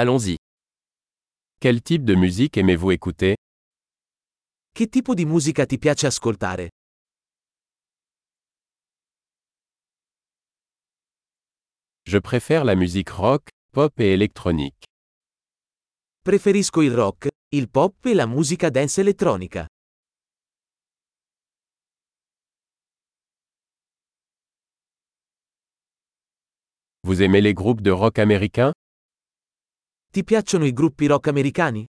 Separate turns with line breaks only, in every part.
Allons-y. Quel type de musique aimez-vous écouter
Che tipo di musica ti piace ascoltare?
Je préfère la musique rock, pop et électronique.
Preferisco il rock, il pop e la musica dance elettronica.
Vous aimez les groupes de rock américains
Ti piacciono i gruppi rock americani?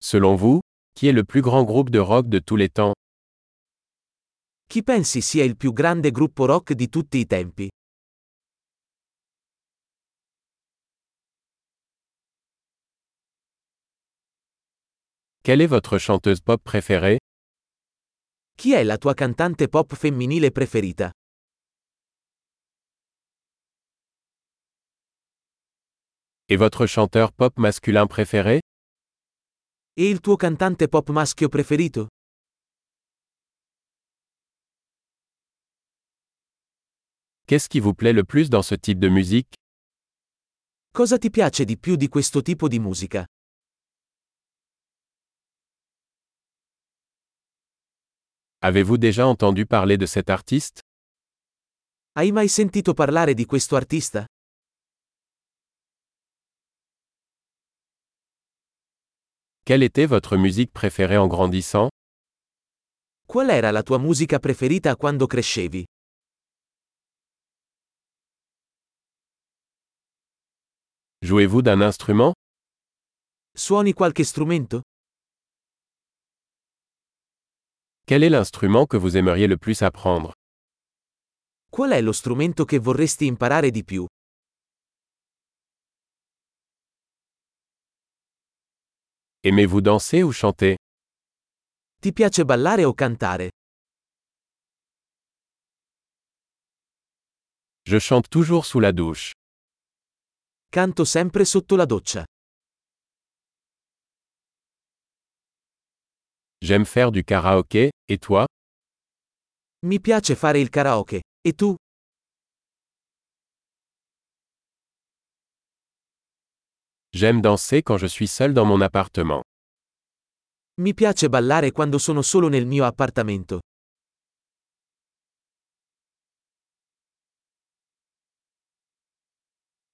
Selon vous, qui est le plus grand groupe de rock de tous les temps
Chi pensi sia il più grande gruppo rock di tutti i tempi?
Quelle est votre chanteuse pop préférée
Chi è la tua cantante pop femminile preferita?
Et votre chanteur pop masculin préféré
E il tuo cantante pop maschio preferito?
Qu'est-ce qui vous plaît le plus dans ce type de musique
Cosa ti piace di più di questo tipo di musica?
Avez-vous déjà entendu parler de cet artiste
Hai mai sentito parlare di questo artista?
Quelle était votre musique préférée en grandissant
Qual era la tua musica preferita quando crescevi?
Jouez-vous d'un instrument
Suoni qualche strumento?
Quel est l'instrument que vous aimeriez le plus apprendre
Qual è lo strumento che vorresti imparare di più?
Aimez-vous danser ou chanter
Ti piace ballare o cantare?
Je chante toujours sous la douche.
Canto sempre sotto la doccia.
J'aime faire du karaoké, et toi
Mi piace fare il karaoke. E tu?
J'aime danser quand je suis seul dans mon appartement.
Mi piace ballare quando sono solo nel mio appartamento.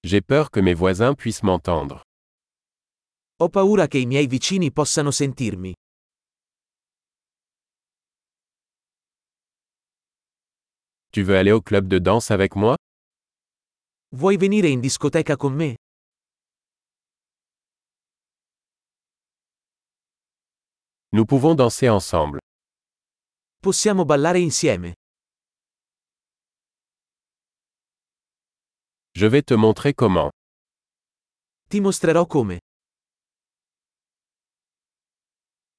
J'ai peur que mes voisins puissent m'entendre.
Ho paura che i miei vicini possano sentirmi.
Tu veux aller au club de danse avec moi
Vuoi venire in discoteca con me?
Nous pouvons danser ensemble.
Possiamo ballare insieme.
Je vais te montrer comment.
Ti mostrerò come.